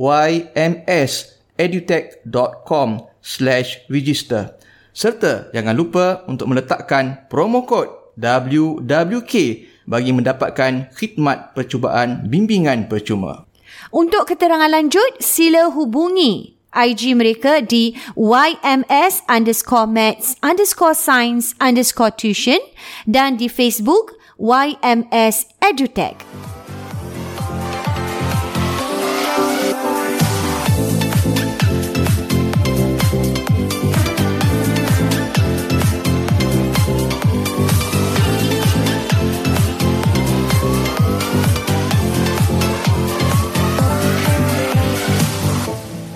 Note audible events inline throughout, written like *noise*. ymsedutech.com slash register serta jangan lupa untuk meletakkan promo kod WWK bagi mendapatkan khidmat percubaan bimbingan percuma. Untuk keterangan lanjut, sila hubungi IG mereka di YMS underscore maths underscore science underscore tuition dan di Facebook YMS Edutech.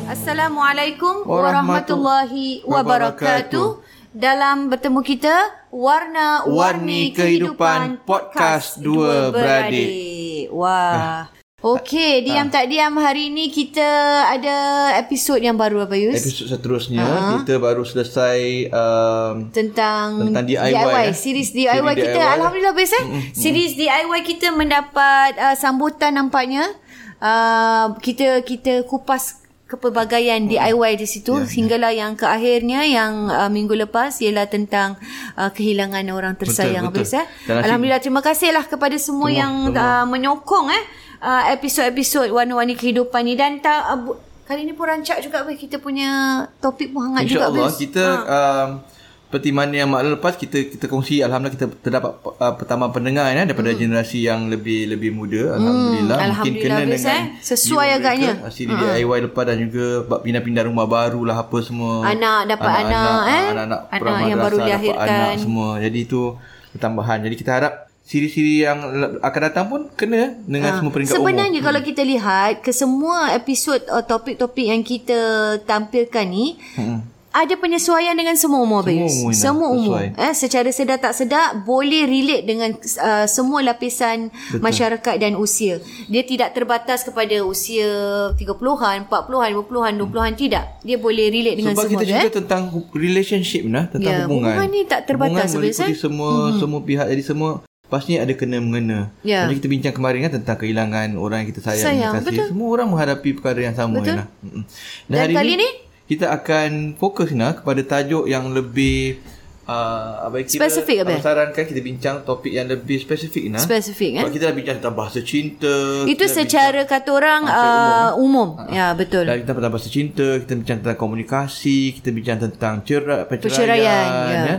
Assalamualaikum warahmatullahi wabarakatuh. Dalam bertemu kita warna-warni kehidupan podcast dua beradik. *laughs* Ah. Wah. Okey, diam tak diam hari ni kita ada episod yang baru apa Yus? Episod seterusnya uh-huh. kita baru selesai um, tentang Tentang DIY, eh. series Siri DIY kita DIY. alhamdulillah best eh. Series DIY kita mendapat uh, sambutan nampaknya. Uh, kita kita kupas kepelbagaian DIY di situ Ya, hinggalah yang ke akhirnya yang uh, minggu lepas ialah tentang uh, kehilangan orang tersayang Betul, habis eh. betul. Dan asyik- Alhamdulillah terima kasihlah kepada semua, semua yang semua. Uh, menyokong eh uh, episod-episod warna-warni kehidupan ni dan tak uh, bu- kali ni pun rancak juga weh kita punya topik pun hangat juga Ha. InsyaAllah Fiz. kita um, seperti mana yang maklumat lepas kita kita kongsi alhamdulillah kita terdapat uh, pertama pendengar ya daripada hmm. generasi yang lebih lebih muda alhamdulillah mungkin Hmm, Alhamdulillah, kena Fiz, dengan eh. Sesuai jiwa agaknya. Ha. mereka, hasil uh-huh. DIY lepas dan juga bab pindah-pindah rumah baru lah apa semua Anak, dapat anak, eh. anak-anak Anak pramadrasah yang baru dapat dilahirkan. anak semua jadi itu pertambahan jadi kita harap siri-siri yang le- akan datang pun kena dengan semua peringkat Ha. Sebenarnya umur Hmm. kalau kita lihat ke semua episod uh, topik-topik yang kita tampilkan ni Hmm. ada penyesuaian dengan semua umur Semua Bayus. umur, Ina. Semua umur. Sesuai. Eh secara sedar tak sedar boleh relate dengan uh, semua lapisan Betul. masyarakat dan usia. Dia tidak terbatas kepada usia 30-an, 40-an, 50-an, 20-an tidak. Dia boleh relate dengan Hmm. Sebab semua. kita cerita eh? tentang hu- relationship nah, tentang Ya, hubungan. hubungan ni tak terbatas Hubungan sebenarnya, meliputi eh? semua mm-hmm. semua pihak jadi semua pastinya ada kena mengena. Ya. Jadi kita bincang kemarin kan tentang kehilangan orang yang kita sayang, Sayang, kita betul. Semua orang menghadapi perkara yang sama Betul. Nah. Mm-mm. Dan kali ni? kita akan fokus nah kepada tajuk yang lebih uh, apa kita Spesifik, Abang. abang sarankan kita bincang topik yang lebih spesifik nah. Spesifik, eh? Sebab kita dah bincang tentang bahasa cinta. Itu kita dah secara kata orang secara uh, umum. Ya betul. dan kita tentang bahasa cinta, kita bincang tentang komunikasi, kita bincang tentang cerai, perceraian, Perceraian, ya. ya.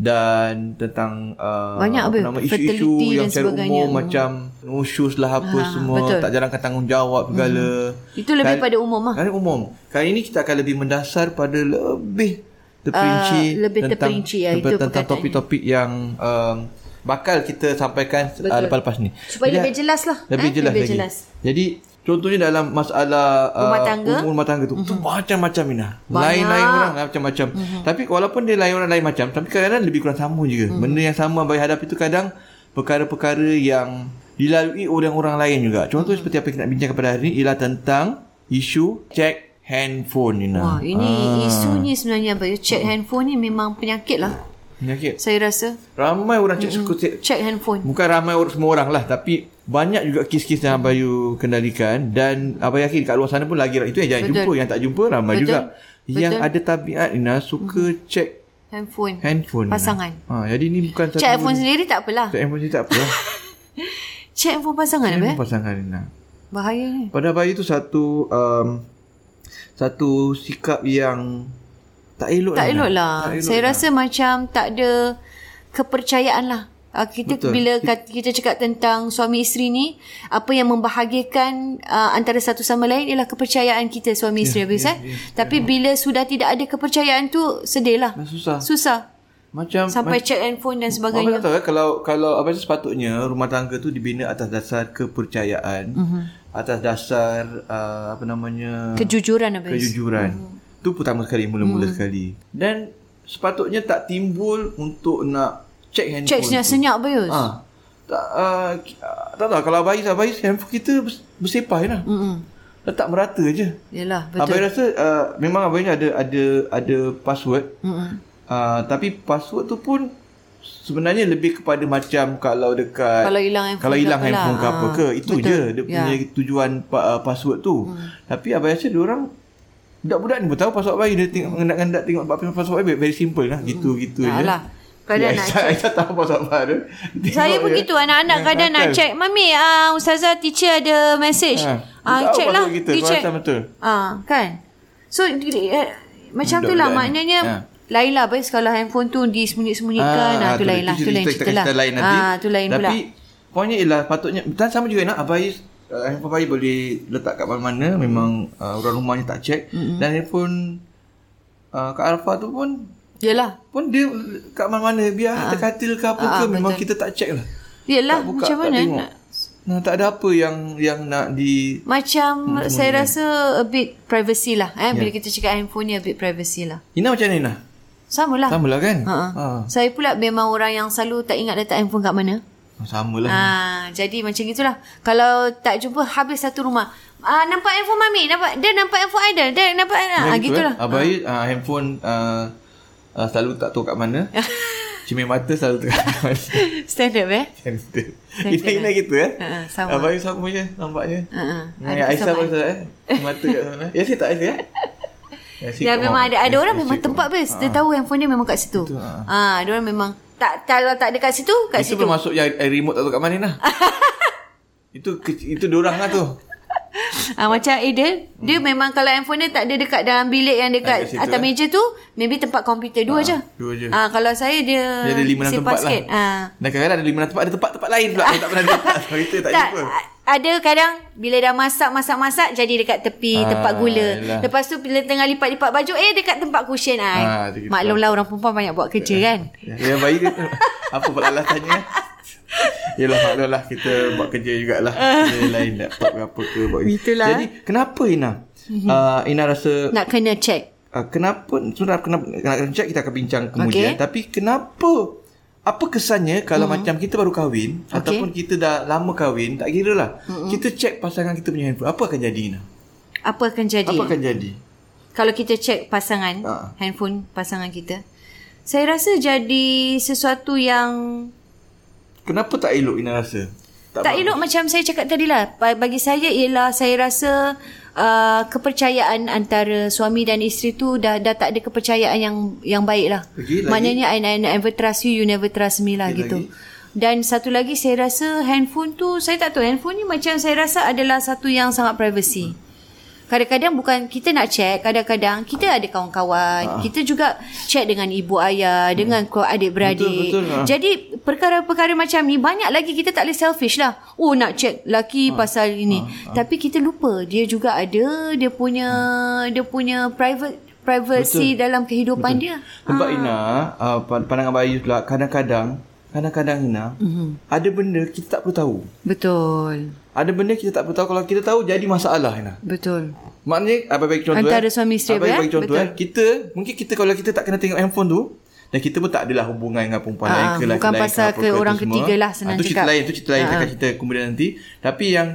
dan tentang uh, Banyak apa, apa nama isu-isu fertility dan yang secara sebagainya. umum macam no shoes lah apa Ha, semua, betul. Hmm. tak jalankan tanggungjawab segala. Kan? Itu lebih Kali- pada umum lah. Kali umum. Kali ini kita akan lebih mendasar pada lebih terperinci Ah, lebih terperinci, ya, itu tentang, tentang perkataannya. topik-topik yang um, bakal kita sampaikan uh, lepas-lepas ni. Supaya Jadi, lebih jelas lah. lebih Eh, jelas lebih lagi. jelas. Jadi contohnya dalam masalah uh, Rumah tangga. umur rumah tangga tu, mm-hmm. tu macam-macam Mhm. Mina. Banyak. Mhm. Lain-lain orang lah, macam-macam. Mm-hmm. Tapi walaupun dia lain orang lain macam, tapi kadang-kadang lebih kurang sama juga. Mm-hmm. Benda yang sama bagi hadapi tu kadang perkara-perkara yang dilalui oleh orang lain juga. Contoh Mhm. mm-hmm. seperti apa yang kita nak bincang pada hari ini ialah tentang isu cek handphone Wah, Nina. ini isu ni sebenarnya Abang. Check handphone ni memang penyakit lah. Penyakit. Saya rasa. Ramai orang cek Mhm. mm-hmm. Check handphone. Bukan ramai orang semua orang lah Tapi Banyak juga kes-kes yang Abang Yu kendalikan Dan Abang yakin kat luar sana pun lagi lah. Itu yang jangan Betul. jumpa Yang tak jumpa ramai Betul. juga Yang Betul. Mhm. ada tabiat Ina Suka cek Handphone. handphone Ina. Pasangan. ha, Jadi ni bukan Check handphone sendiri tak apalah. Cek handphone ni tak apa lah Check handphone pasangan Handphone apa? pasangan Ina Bahaya ni. Pada Abang Yu tu satu um, Satu sikap yang Tak elok Tak Ina. elok lah. Tak elok Saya Ina. rasa macam tak ada kepercayaan lah. Ah, Kita Betul. Betul. bila kat- kita cakap tentang suami isteri ni, apa yang membahagiakan ah, antara satu sama lain ialah kepercayaan kita Ya, suami isteri habis eh. Tapi bila sudah tidak ada kepercayaan tu, sedih lah. Dah Susah Susah. Macam Sampai check handphone dan Abang tak sebagainya. tahu kan kalau kalau abang rasa sepatutnya rumah tangga tu dibina atas dasar kepercayaan, Mhm. atas dasar uh, apa namanya Kejujuran apa? kejujuran. Tu pertama sekali Mhm. mula-mula sekali. Dan sepatutnya tak timbul untuk nak check handphone. Check senyap-senyap Bayus. Ha. Tak, uh, ki- ah, tak tahu kalau abang Ais abang Ais handphone kita bers- bersepah je lah. Mm-mm. Letak merata je. Yelah, betul. Abang rasa uh, memang abang ni ada ada ada password. Mm-mm. Uh, tapi password tu pun sebenarnya lebih kepada macam kalau dekat Kalau hilang handphone kalau ke hilang apa lah. handphone ke apa ke Ah, itu betul. je dia punya Ya. Mm. tujuan pa, uh, password tu. Tapi abang rasa dia orang budak-budak ni pun tahu password abang dia Mm. tengok ngendak-ngendak tengok apa password abang very simple lah gitu-gitu Tak je. lah. Kadang Ya, *laughs* nak Aisyah, Aisyah tahu password abang dia. Tengok Saya je. *laughs* begitu anak-anak Yang kadang nak Ya. nakal. check. Mami, ah ustazah teacher ada message. Ha. Ah Dia tahu check lah. password Kita, Di check. check. betul. Ah kan. So di- eh, macam tu lah Budak-budak ni. maknanya Ha. lain lah Bais kalau handphone tu disembunyi-sembunyikan. Ah, tu lain lah. Tu lain cerita lah. Kita lain nanti. Ah, tu lain Tapi, pula. Tapi poinnya ialah patutnya dan sama juga nak abai uh, handphone abai boleh letak kat mana-mana memang uh, orang rumahnya tak check mm-hmm. dan handphone uh, Kak Arfa tu pun Yelah. pun dia kat mana-mana biar Ah. kita katil ke apa ke memang kita tak check lah. Yelah tak buka, Ah, macam tak mana tengok. nak Nah, tak ada apa yang yang nak di macam saya rasa a bit privacy lah eh bila Ya. kita cakap handphone ni a bit privacy lah. Ina macam mana Ina? Sama lah. Sama lah kan? Ha. Saya pula memang orang yang selalu tak ingat letak handphone kat mana. Ha. Sama lah. Ah, jadi macam gitulah. Kalau tak jumpa habis satu rumah. Ah nampak handphone mami, nampak dia nampak handphone idol, dia nampak ah Macam gitulah. Kan? Abai uh, handphone uh, uh, selalu tak tahu *laughs* kat mana. Cemil mata selalu tak tahu kat mana. Kan Standard eh? Kita ingat kita eh. Ha, sama. Abang Ais sama je nampaknya. Ha ah. Dengan Aisyah pun tak eh. Mata kat sana. Ya saya tak Aisyah *laughs* eh. Yasin Ya kat memang mak. ada ada orang Yasin memang kat tempat mak. best. Dia tahu handphone dia memang kat situ. Ah. Betul, ha. Ah, dia orang memang tak kalau tak ada kat situ, kat Itu situ. pun masuk yang eh, remote tak tahu kat mana *laughs* lah. itu ke- itu dorang lah tu. Ah macam Aiden, dia memang kalau handphone dia tak ada dekat dalam bilik yang Ada dekat kat Hmm. situ, atas eh? meja tu, maybe tempat komputer dua je. dua je. Ah kalau saya dia Dia ada lima enam simpan tempat lah. sikit. Ah. Dan kadang-kadang ada lima enam tempat ada tempat-tempat lain pula yang tak *laughs* pernah dapat. Sebab kita tak jumpa. a- Ada kadang bila dah masak masak-masak jadi dekat tepi Ah, tempat gula. yelah. Lepas tu bila tengah lipat-lipat baju eh dekat tempat cushion Ah, ah. tu gitu. Eh. Maklumlah orang perempuan banyak buat kerja kan. Yang Ya, baik dia Apa pula alasannya Yelah maklum lah Kita buat kerja jugalah Kerja lain laptop ke apa ke buat. Itulah. Mhm. Jadi kenapa Ina uh, Ina rasa Nak kena check. uh, Kenapa Sebenarnya kenapa Nak kena check kita akan bincang kemudian Okey. Mhm. Tapi kenapa apa kesannya kalau macam kita baru kahwin Okey. Mhm. ataupun kita dah lama kahwin tak kira lah kita check pasangan kita punya handphone apa akan jadi Ina Apa akan jadi? apa akan jadi Kalau kita check pasangan Ah. handphone pasangan kita. Saya rasa jadi sesuatu yang kenapa tak elok Ina rasa tak elok macam saya cakap tadi lah. Ba- Bagi saya ialah saya rasa uh, kepercayaan antara suami dan isteri tu dah dah tak ada kepercayaan yang yang baik lah. Lagi, lagi. Maknanya I, I never trust you, you never trust me lah Lagi, gitu. lagi. Dan satu lagi saya rasa handphone tu saya tak tahu handphone ni macam saya rasa adalah satu yang sangat privacy. Kadang-kadang bukan kita nak check, kadang-kadang kita ada Ah. kawan-kawan, kita juga check dengan ibu ayah, Hmm. dengan keluarga adik-beradik. Betul, betul, ah. Jadi perkara-perkara macam ni banyak lagi kita tak boleh selfish lah. Oh nak check laki Ha. pasal ini. Tapi kita lupa dia juga ada dia punya Hmm. dia punya private privacy Betul. dalam kehidupan Betul. dia. Sebab Ina, uh, pan- pandangan bayi pula kadang-kadang, kadang-kadang Ina, mm-hmm. Mhm. ada benda kita tak perlu tahu. Betul. Ada benda kita tak perlu tahu kalau kita tahu jadi masalah Ina. Betul. Maknanya apa bagi contoh Antara suami isteri Abang apa, bagi eh? contoh eh? Kita mungkin kita kalau kita tak kena tengok handphone tu dan kita pun tak adalah hubungan dengan perempuan Ah, lain ke lelaki bukan lain pasal apa ke tu orang semua. ketiga lah, senang Ah, tu cerita cakap. lain, tu cerita lain kita akan cerita kemudian nanti. Tapi yang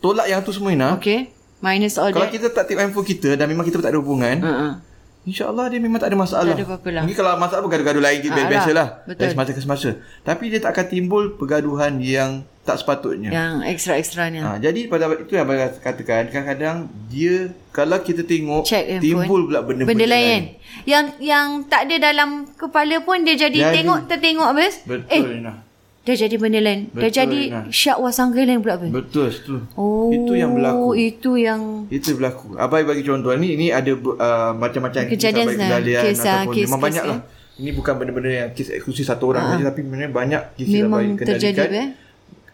tolak yang tu semua Ina, Okay. Minus all kalau that. kita tak tengok handphone kita dan memang kita pun tak ada hubungan, Uh-uh. InsyaAllah dia memang tak ada Tak masalah. ada apa-apa lah. Mungkin kalau masalah bergaduh-gaduh lain kita Ah, biasalah. betul. Dari semasa ke semasa. Eh, Tapi dia tak akan timbul pergaduhan yang tak sepatutnya. Yang extra-extra ni. Ha, jadi pada itu yang abang katakan kadang-kadang dia kalau kita tengok Check handphone. timbul pula Benda, benda-benda lain. Yang yang tak ada dalam kepala pun dia jadi, Jadi. tengok tertengok habis. eh, Betul eh. Nah. dah jadi benda lain. dah Betul, jadi Inah. syak wasangka lain pula habis. Betul tu. Oh, Itu yang berlaku. Itu yang Itu berlaku. Abai bagi contoh ni ini ada uh, macam-macam Kejadian lah. kes, kejadian Kes, ah, ataupun kes, memang kes, banyak eh. lah. Ini bukan benda-benda yang kes eksklusif satu orang saja tapi sebenarnya banyak kes Ah. Memang yang Abai kendalikan. terjadi, eh?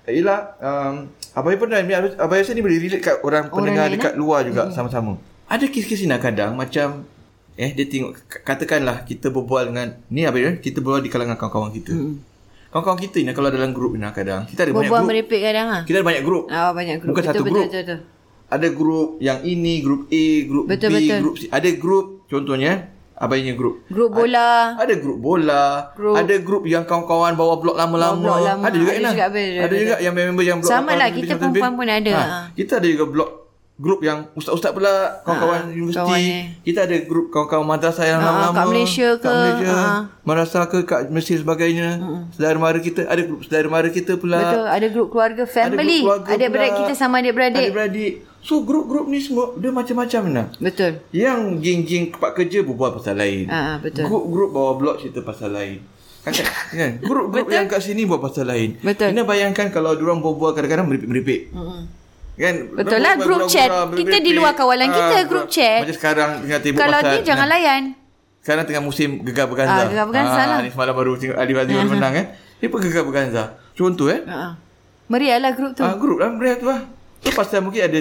Ialah um, Abai pun dah ni Abai rasa ni boleh relate kat orang, pendengar lain, eh? dekat luar juga sama-sama. Ada kes-kes ni kadang macam eh dia tengok k- katakanlah kita berbual dengan ni apa dia kita berbual di kalangan kawan-kawan kita. Hmm. Kawan-kawan kita ni kalau dalam grup ni nah, kadang kita ada Berbual banyak merepek kadang ah. grup. Kita ada banyak grup. Ah banyak grup. Bukan betul, satu betul, grup. Betul betul. Ada grup yang ini, grup A, grup Betul, B, betul. grup C. Ada grup contohnya abainya grup. Grup bola. Ada grup bola, Grup. ada grup yang kawan-kawan bawa blok Bawa lama-lama. blok lama. Ada juga Ada Inah. juga, betul, Ada betul. juga yang member yang blok Sama lapan, lah, lebih kita satu lebih. perempuan pun ada. Ha, kita ada juga blok grup yang ustaz-ustaz pula, kawan-kawan Ha, universiti. kawan ni. Kita ada grup kawan-kawan madrasah yang Ha, lama-lama. kat Malaysia ke, Kat Malaysia, ha. madrasah ke kat Mesir sebagainya. Saudara mara kita, ada grup saudara mara kita pula. Betul, ada grup keluarga family. grup keluarga Adik-beradik pula. kita sama adik-beradik. Adik-beradik. So grup-grup ni semua dia macam-macam nah. Betul. Yang geng-geng tempat kerja berbual pasal lain. Ah, ah, betul. Grup-grup bawah blok cerita pasal lain. Kakak, kan? Grup-grup yang kat sini buat pasal lain. Betul. Ina bayangkan kalau diorang berbual kadang-kadang meripik-meripik. Kan? Betul lah, grup Bergurau-gurau, chat. meripik-meripik. Ah, Kita di luar kawalan kita, grup chat. Macam sekarang tengah tibuk Kalau pasal. ni jangan nah, layan. sekarang tengah musim gegar berganza. Ah, gegar berganza lah. Ni semalam baru tengok Ali Fazli baru menang kan. Dia pun gegar berganza. Contoh eh. Ha. Meriahlah grup tu. Ah, grup lah Berat tu lah Tu pasal mungkin ada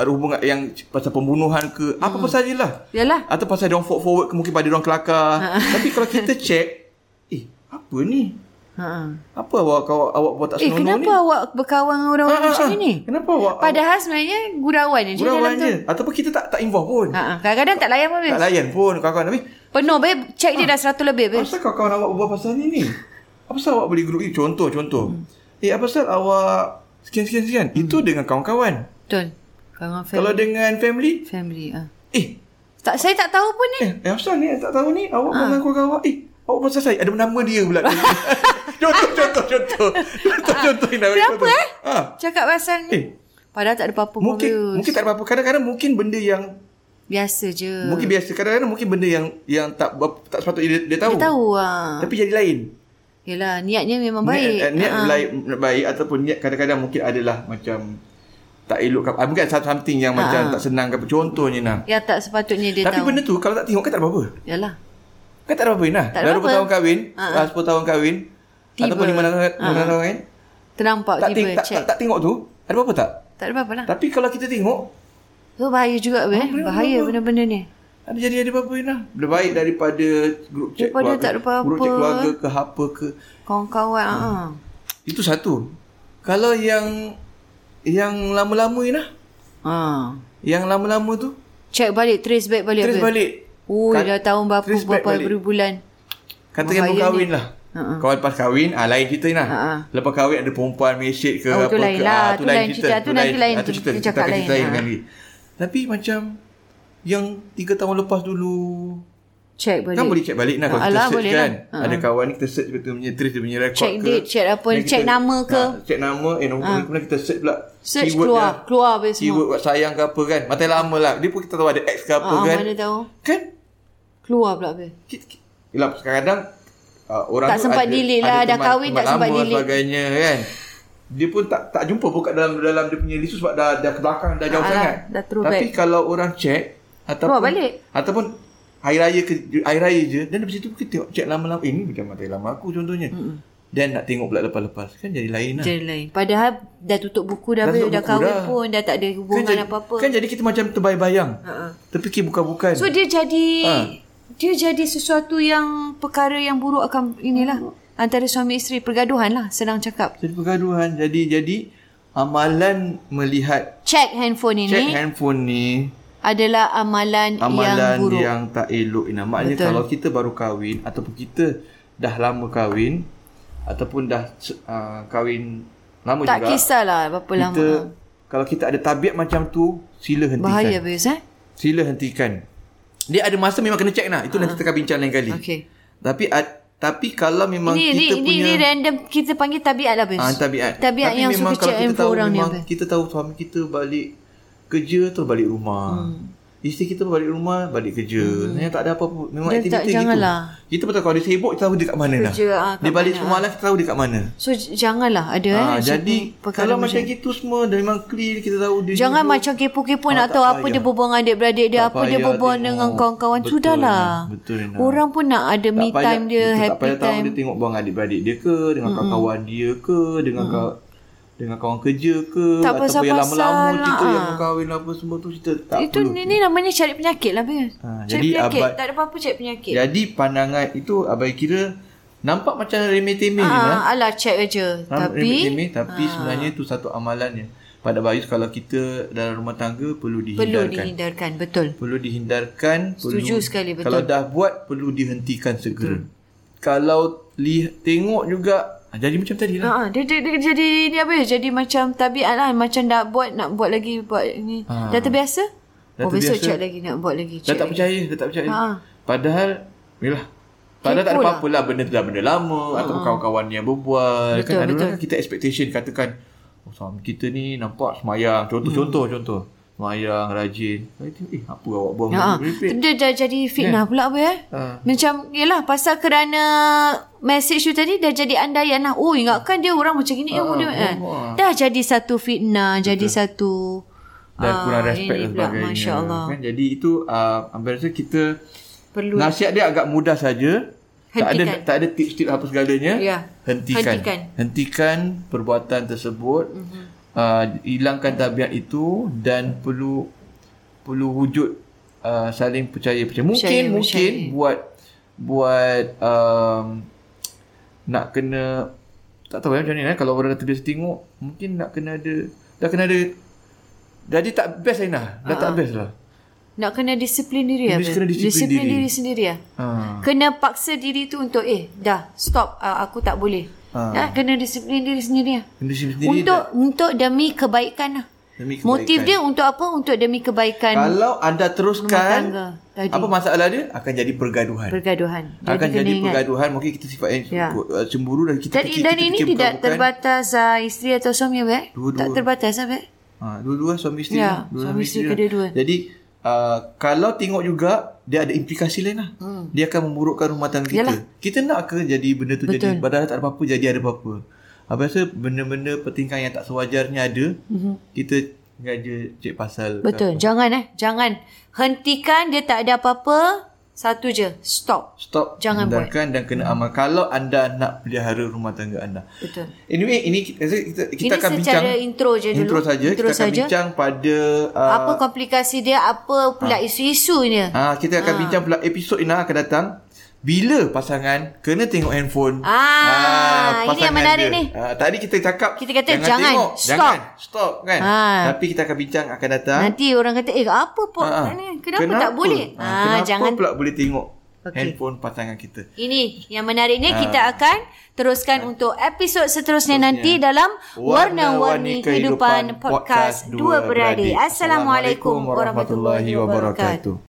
Ada hubungan yang Pasal pembunuhan ke Apa-apa sajalah Yalah. Atau pasal diorang forward forward ke Mungkin pada diorang kelakar Tapi kalau kita check Eh apa ni Ha. Apa awak kau, awak buat tak Eh, senonoh ni kenapa awak berkawan dengan orang-orang Ah, ah, macam ah. ni? Kenapa awak Padahal sebenarnya gurawan je Gurauan dalam tu. je Ataupun kita tak tak involve pun Ha. ah. Kadang-kadang tak layan pun. Beb. Tak layan pun kawan-kawan Tapi Penuh babe, cek dia dah 100 lebih babe. Apa pasal kawan-kawan awak berbual pasal ni ni? Apa pasal awak beli grup ni? Contoh, contoh. Hmm. Eh, apa pasal awak sekian-sekian-sekian? Itu dengan kawan-kawan. Betul. Kawan family. Kalau dengan family, family ah. eh, Tak saya tak tahu pun ni. Eh, eh Hafsah ni tak tahu ni Ah. awak ha. mengaku dengan awak. Eh, awak pasal saya ada nama dia pula. *laughs* contoh contoh contoh. Contoh contoh ni. Berapa eh? Ha. Cakap pasal ni. Eh, Padahal tak ada apa-apa pun mungkin babe. mungkin tak ada apa-apa. Kadang-kadang mungkin benda yang Biasa je. mungkin biasa. Kadang-kadang mungkin benda yang yang tak ber- tak sepatutnya dia, dia tahu. Dia tahu ah. Tapi jadi lain. Yelah, niatnya memang baik. Niat, eh, niat Ah, ah. baik, baik ataupun niat kadang-kadang mungkin adalah macam tak elok ke apa. Mungkin ada something yang macam tak senang ke apa. Contohnya nah. Yang Ya, tak sepatutnya Ah. dia Tapi tahu. benda tu kalau tak tengok kan tak ada apa-apa. Yalah. Kan tak ada apa-apa Inah Tak ada Dah 20 apa-apa. Ha. tahun kahwin uh 10 tahun kahwin Tiba. Ataupun 5 tahun, lima tahun kahwin Ternampak tak, tiba ting- tak, check. tak, tak tengok tu Ada apa-apa tak? Tak ada apa-apa lah. Tapi kalau kita tengok Tu bahaya juga oh, eh. Bahaya benda-benda ni. Ada jadi ada apa-apa Inah Lebih baik daripada Grup chat Daripada tak ada apa-apa. Grup chat keluarga ke apa ke Kawan-kawan ah. ah. Itu satu Kalau yang Yang lama-lama Inah Ah. Yang lama-lama tu Check balik, trace back balik. Terus Abel. balik Ui, Kat- dah tahun berapa, trace back berapa balik. berbulan. Kata Bahaya yang berkahwin lah Ha-ha. Kau lepas kahwin ah, Lain cerita Inah Ha-ha. Lepas kahwin ada perempuan Mesej Oh, ke apa tu lain ke lah. Ah, Tu lain cerita. Tu nanti lain. Ah, tu cerita Kita Kita cakap akan cerita lain. lain Ha. lagi. Tapi macam Yang tiga tahun lepas dulu Check balik. Kan boleh check balik nah, Kalau kita Alah, search boleh kan lah. Ha. Ada kawan ni kita search Kita punya trace dia punya record Check ke date, check apa, Dan check nama ke. Ha. Ah, Check nama Eh nombor Kemudian kita search pula Search keyword keluar. yang- Keluar habis semua. Keyword buat sayang ke apa kan Matai lama lah Dia pun kita tahu ada X ke apa Ah, ah, kan mana tahu. Kan Keluar pula habis. Ki- ki- Yelah kadang-kadang uh, orang Tak tu sempat delete lah, dah teman- kahwin teman tak sempat lama delete. sebagainya kan dia pun tak tak jumpa pun kat dalam dalam dia punya list tu sebab dah dah ke belakang dah jauh Ah, sangat dah throw tapi back. kalau orang check ataupun Keluar balik. ataupun hari raya ke hari raya je dan dari situ kita tengok check lama-lama eh, ni macam mata lama aku contohnya dan nak tengok pula lepas-lepas kan jadi lain lah Jadi lain. Padahal dah tutup buku dah, Dah dah, tutup dah buku kahwin dah. pun, dah tak ada kan hubungan jadi, apa-apa. Ha. kan jadi kita macam terbayang-bayang uh-huh. terfikir bukan-bukan So dia jadi Ha. dia jadi sesuatu yang perkara yang buruk akan inilah antara suami isteri pergaduhan lah senang cakap. jadi pergaduhan jadi jadi amalan melihat Check handphone ini check handphone ni adalah amalan, yang amalan yang, buruk. yang tak elok Ina. Maknanya Betul. Betul. kalau kita baru kahwin ataupun kita dah lama kahwin ataupun dah uh, kahwin lama tak juga. kisahlah berapa kita lama. kalau kita ada tabiat macam tu, sila hentikan. Bahaya bias eh. Sila hentikan. Dia ada masa memang kena check nah. Itu nanti kita akan bincang lain kali. Ah. Okey. Tapi ad, tapi kalau memang Ini ini, kita ini, punya ini random kita panggil tabiat lah bias. Ah, tabiat. Tabiat Tapi yang memang suka kalau check kita handphone tahu orang ni memang Abis. Kita tahu suami kita balik kerja terus balik rumah. Hmm. Isteri kita pun balik rumah, balik kerja. Hmm. tak ada apa-apa. Memang Dan aktiviti tak- gitu. janganlah. Kita betul kalau dia sibuk, kita tahu dia kat mana dah. Kerja, ah, kat dia balik mana, semua lah, kita tahu dia kat mana. So j- janganlah ada eh. Ah, macam jadi tu perkara kalau macam gitu semua dah memang clear kita tahu dia Jangan duduk. macam kepo-kepo Ah, nak tak tahu apa payah. dia berbual dengan adik-beradik dia, Tak apa dia payah berbual tengok. dengan kawan-kawan. Betul, Sudahlah. Nak. Betul, Nak. Orang pun nak ada me tak payah- time dia, betul, tak happy payah tahu time. dia tengok buang adik-beradik dia ke dengan kawan-kawan dia ke dengan mm. dengan kawan kerja ke Tak ataupun pasal-pasal yang lama-lama cerita lah. yang berkahwin apa semua tu cerita tak Itu perlu. ni, ni namanya cari penyakit lah Bil. Ha, cari jadi penyakit. abad- tak ada apa-apa cari penyakit. Jadi pandangan itu abai kira nampak macam remeh-temeh je kan. Ah, alah cek aja. Nampak Tapi Ah. remeh-temeh tapi sebenarnya itu satu amalan yang pada Bayus kalau kita dalam rumah tangga perlu perlu dihindarkan. dihindarkan betul. Perlu dihindarkan. Setuju perlu, sekali, betul. Kalau dah buat perlu dihentikan segera. Kalau li, tengok juga ah, jadi macam tadi Ha, lah. dia, dia, dia, jadi ni apa ya? Jadi macam tabiat lah. Macam dah buat, nak buat lagi, buat ni. Ah. Dah terbiasa? oh, Dah besok cek terbiasa. lagi, nak buat lagi. Cek Dah tak lagi. percaya, dah tak percaya. Ha. Padahal yalah. Kepo lah. Padahal tak ada Ha. apa-apa lah benda tu dah benda lama atau kawan-kawan yang berbual Betul, kan ada betul. orang kan kita expectation katakan oh suami kita ni nampak semayang Hmm. contoh contoh contoh semayang rajin saya tengok eh apa awak buat Ha, merepek dia dah jadi fitnah pula apa ya? Ha. Macam, yelah pasal kerana message tu tadi dah jadi andaian lah. Oh, ingatkan dia orang macam gini. oh, dia, oh, eh. wah. Dah jadi satu fitnah, jadi satu... dan ah, kurang respect ini dan pula, sebagainya Masya Allah. kan jadi itu uh, ambil rasa kita Perlu nasihat dia agak mudah saja tak ada Hentikan. tak ada tips-tips apa segalanya Ya. hentikan Hentikan. Mhm. hentikan perbuatan tersebut mm-hmm. uh, hilangkan tabiat itu dan perlu perlu wujud uh, saling percaya percaya mungkin Percaya, mungkin percaya. buat buat um, nak kena tak tahu ya macam ni eh? kalau orang dah terbiasa tengok mungkin nak kena ada dah kena ada jadi tak best Aina dah Ah. tak best lah Nak kena disiplin diri Kena- Abel. kena disiplin disiplin diri. diri. sendiri ya. Ah. Kena paksa diri tu untuk eh dah stop uh, aku tak boleh. Ha. kena disiplin diri sendiri ya. Benda sendiri Untuk untuk demi kebaikan lah. demi kebaikan. Motif dia untuk apa? Untuk demi kebaikan Kalau anda teruskan tangga tadi. apa masalah dia akan jadi pergaduhan. pergaduhan. Jadi Kan? akan kena jadi ingat. pergaduhan mungkin kita sifat yang Ya. yeah. cemburu dan kita Dan, fikir dan kita ini fikir tidak bukan-bukan. terbatas uh, isteri atau suami Abel. Dua-dua. Tak terbatas Abel. Ha, dua-dua suami isteri. Ya, lah. Dua-dua suami isteri lah. kedua-dua. Jadi uh, kalau tengok juga dia ada implikasi lain lah. Hmm. Dia akan memburukkan rumah tangga kita. Yalah. Kita nak ke jadi benda tu jadi Betul. padahal tak ada apa-apa jadi ada apa-apa. Apa rasa benda-benda pertingkaian yang tak sewajarnya ada, mm-hmm. kita sengaja cek pasal. Mhm. Betul. Jangan eh. Jangan. Hentikan dia tak ada apa-apa. Satu je. Stop. Stop Jangan hindarkan dan kena amal kalau anda nak pelihara rumah tangga anda. Betul. Anyway, ini kita kita, kita Ini akan bincang secara intro je dulu. intro saja. Intro Kita akan saja. bincang pada uh, apa komplikasi dia apa pula isu-isunya ah Ha. kita akan bincang pula episod Ina akan datang bila pasangan kena tengok handphone. Ah, ini yang pasangan menarik dia. ni. Ah, tadi kita cakap Kita kata jangan, tengok, stop. jangan stop kan. Ah. Tapi kita akan bincang akan datang. nanti orang kata eh apa pun Ah, ah. ni kenapa, tak boleh Ah, ah kenapa jangan pula boleh tengok Okey. handphone pasangan kita? ini yang menariknya kita akan teruskan untuk episod Ah. seterusnya nanti dalam warna-warni kehidupan podcast dua beradik assalamualaikum warahmatullahi wabarakatuh